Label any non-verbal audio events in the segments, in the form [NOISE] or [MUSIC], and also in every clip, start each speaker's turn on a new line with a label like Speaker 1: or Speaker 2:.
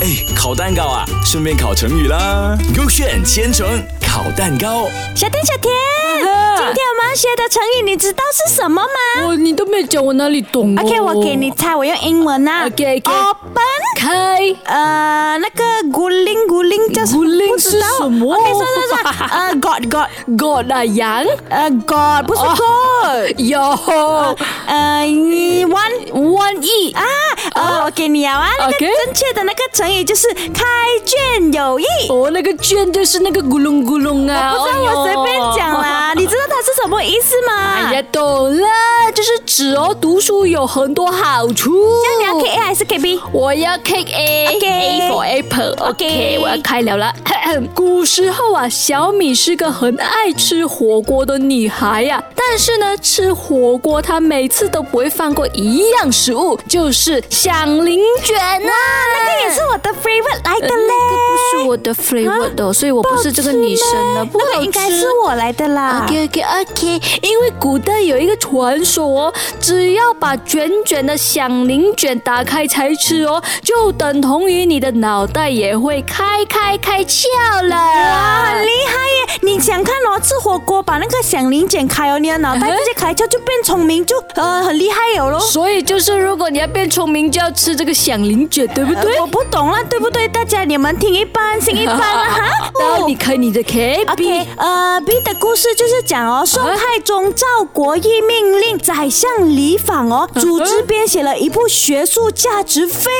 Speaker 1: 哎，烤蛋糕啊，顺便烤成语啦。勾选千层烤蛋糕，
Speaker 2: 小天，小天，
Speaker 3: 嗯
Speaker 2: 今天我们要学的成语你知道是什么吗
Speaker 3: 哦，你都没有讲，我哪里懂、哦、
Speaker 2: ？OK，我给你猜，我用英文啊。
Speaker 3: OK，OK
Speaker 2: Open，
Speaker 3: 开。
Speaker 2: 呃，那个古灵古灵叫什么？哎
Speaker 3: Guling
Speaker 2: 不知道
Speaker 3: 是什么
Speaker 2: ？OK，算算
Speaker 3: [LAUGHS]
Speaker 2: 算，呃，God God，
Speaker 3: God 啊，羊
Speaker 2: 呃，God 不是
Speaker 3: 哦
Speaker 2: God，
Speaker 3: 有
Speaker 2: 呃，one one e 啊，呃，我给你啊，那个
Speaker 3: 哦 OK
Speaker 2: 正确的那个成语就是开卷有益。
Speaker 3: 哦，那个卷就是那个咕隆咕隆啊，
Speaker 2: 不是
Speaker 3: 哎呦
Speaker 2: 我随便讲。啦，你知道它是什么意思吗？
Speaker 3: 哎呀，懂了，就是指哦，读书有很多好处。
Speaker 2: 你要 K A 还是 K B？
Speaker 3: 我要 cake A
Speaker 2: OK
Speaker 3: A for apple
Speaker 2: OK
Speaker 3: OK，我要开聊了。 [CLEARS THROAT] 古时候啊，小米是个很爱吃火锅的女孩呀、但是呢，吃火锅她每次都不会放过一样食物，就是响铃卷
Speaker 2: 啊
Speaker 3: 呐、
Speaker 2: 那个也是我的 favorite 来的
Speaker 3: 呃那个不
Speaker 2: 嘞，
Speaker 3: 是我的 flavor 的、所以我不是这个女生啊呢，不好
Speaker 2: 啊那
Speaker 3: 吃。啊
Speaker 2: 个应该是我来的啦。
Speaker 3: OK OK OK，因为古代有一个传说哦，只要把卷卷的响铃卷打开才吃哦，就等同于你的脑袋也会开开开窍
Speaker 2: 哇，
Speaker 3: 了
Speaker 2: 很。厉害耶！你想看哦，吃火锅把那个响铃剪开哦，你的脑袋
Speaker 3: 嗯
Speaker 2: 直接开窍就变聪明，就呃很厉害有喽。
Speaker 3: 所以就是，如果你要变聪明，就要吃这个响铃卷，对不对 [LAUGHS]
Speaker 2: 呃？我不懂了，对不对？大家你们听一半，信一半了
Speaker 3: [LAUGHS]
Speaker 2: 哈。
Speaker 3: 然啊后你开你的 K B，、啊
Speaker 2: OK，呃，B 的故事就是讲哦，宋太宗赵国义命令宰相李昉
Speaker 3: 啊
Speaker 2: 哦，组织编写了一部学术价值非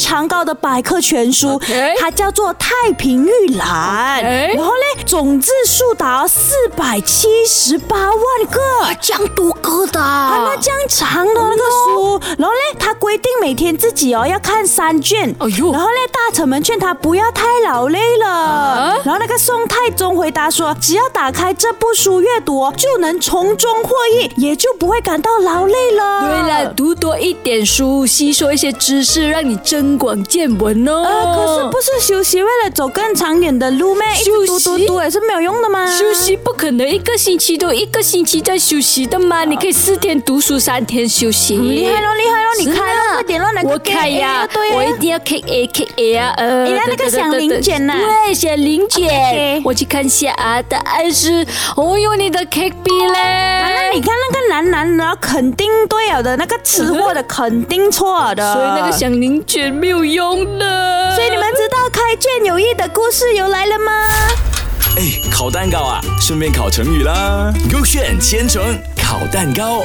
Speaker 2: 常高的百科全书
Speaker 3: OK
Speaker 2: 它叫做《太平御览》，
Speaker 3: OK
Speaker 2: 然后嘞，总字数达四百七十八万个。
Speaker 3: 这样多疙瘩。
Speaker 2: 啊，那这样长的那个书，
Speaker 3: 哦
Speaker 2: 然后嘞，他规定每天自己哦要看三卷，
Speaker 3: 哎呦
Speaker 2: 然后嘞，大臣们劝他不要太劳累了
Speaker 3: 啊，
Speaker 2: 然后那个宋太宗回答说，只要打开这部书阅读哦，就能从中获益，也就不会感到劳累了。
Speaker 3: 对了，读多一点书，吸收一些知识，让你增广见闻哦。
Speaker 2: 呃，可是不是休息为了走更长远的路咩？一直读
Speaker 3: 休
Speaker 2: 读
Speaker 3: 息
Speaker 2: 读也是没有用的嘛。
Speaker 3: 休息不可能一个星期都一个星期在休息的嘛，你可以四天读书，三天休息。
Speaker 2: 厉害咯，厉害咯，你
Speaker 3: 是啊
Speaker 2: 开咯，快点咯，那个
Speaker 3: 我开
Speaker 2: K A 啊
Speaker 3: 呀，
Speaker 2: 对
Speaker 3: 我
Speaker 2: 呀
Speaker 3: 一。定要 K A K A 啊，呃，
Speaker 2: 你看那个
Speaker 3: 对对对
Speaker 2: 响铃卷呐
Speaker 3: 对对，响铃
Speaker 2: OK
Speaker 3: 卷，我去看一下啊，答案是，我有你的 K B
Speaker 2: 啊那
Speaker 3: 嘞，
Speaker 2: 你看那个男男，然后肯定对了的，那个吃货的肯定错的，
Speaker 3: [LAUGHS] 所以那个。响铃卷没有用的，
Speaker 2: 所以你们知道开卷有益的故事由来了吗？
Speaker 1: 哎，烤蛋糕啊，顺便烤成语啦。勾选千层烤蛋糕。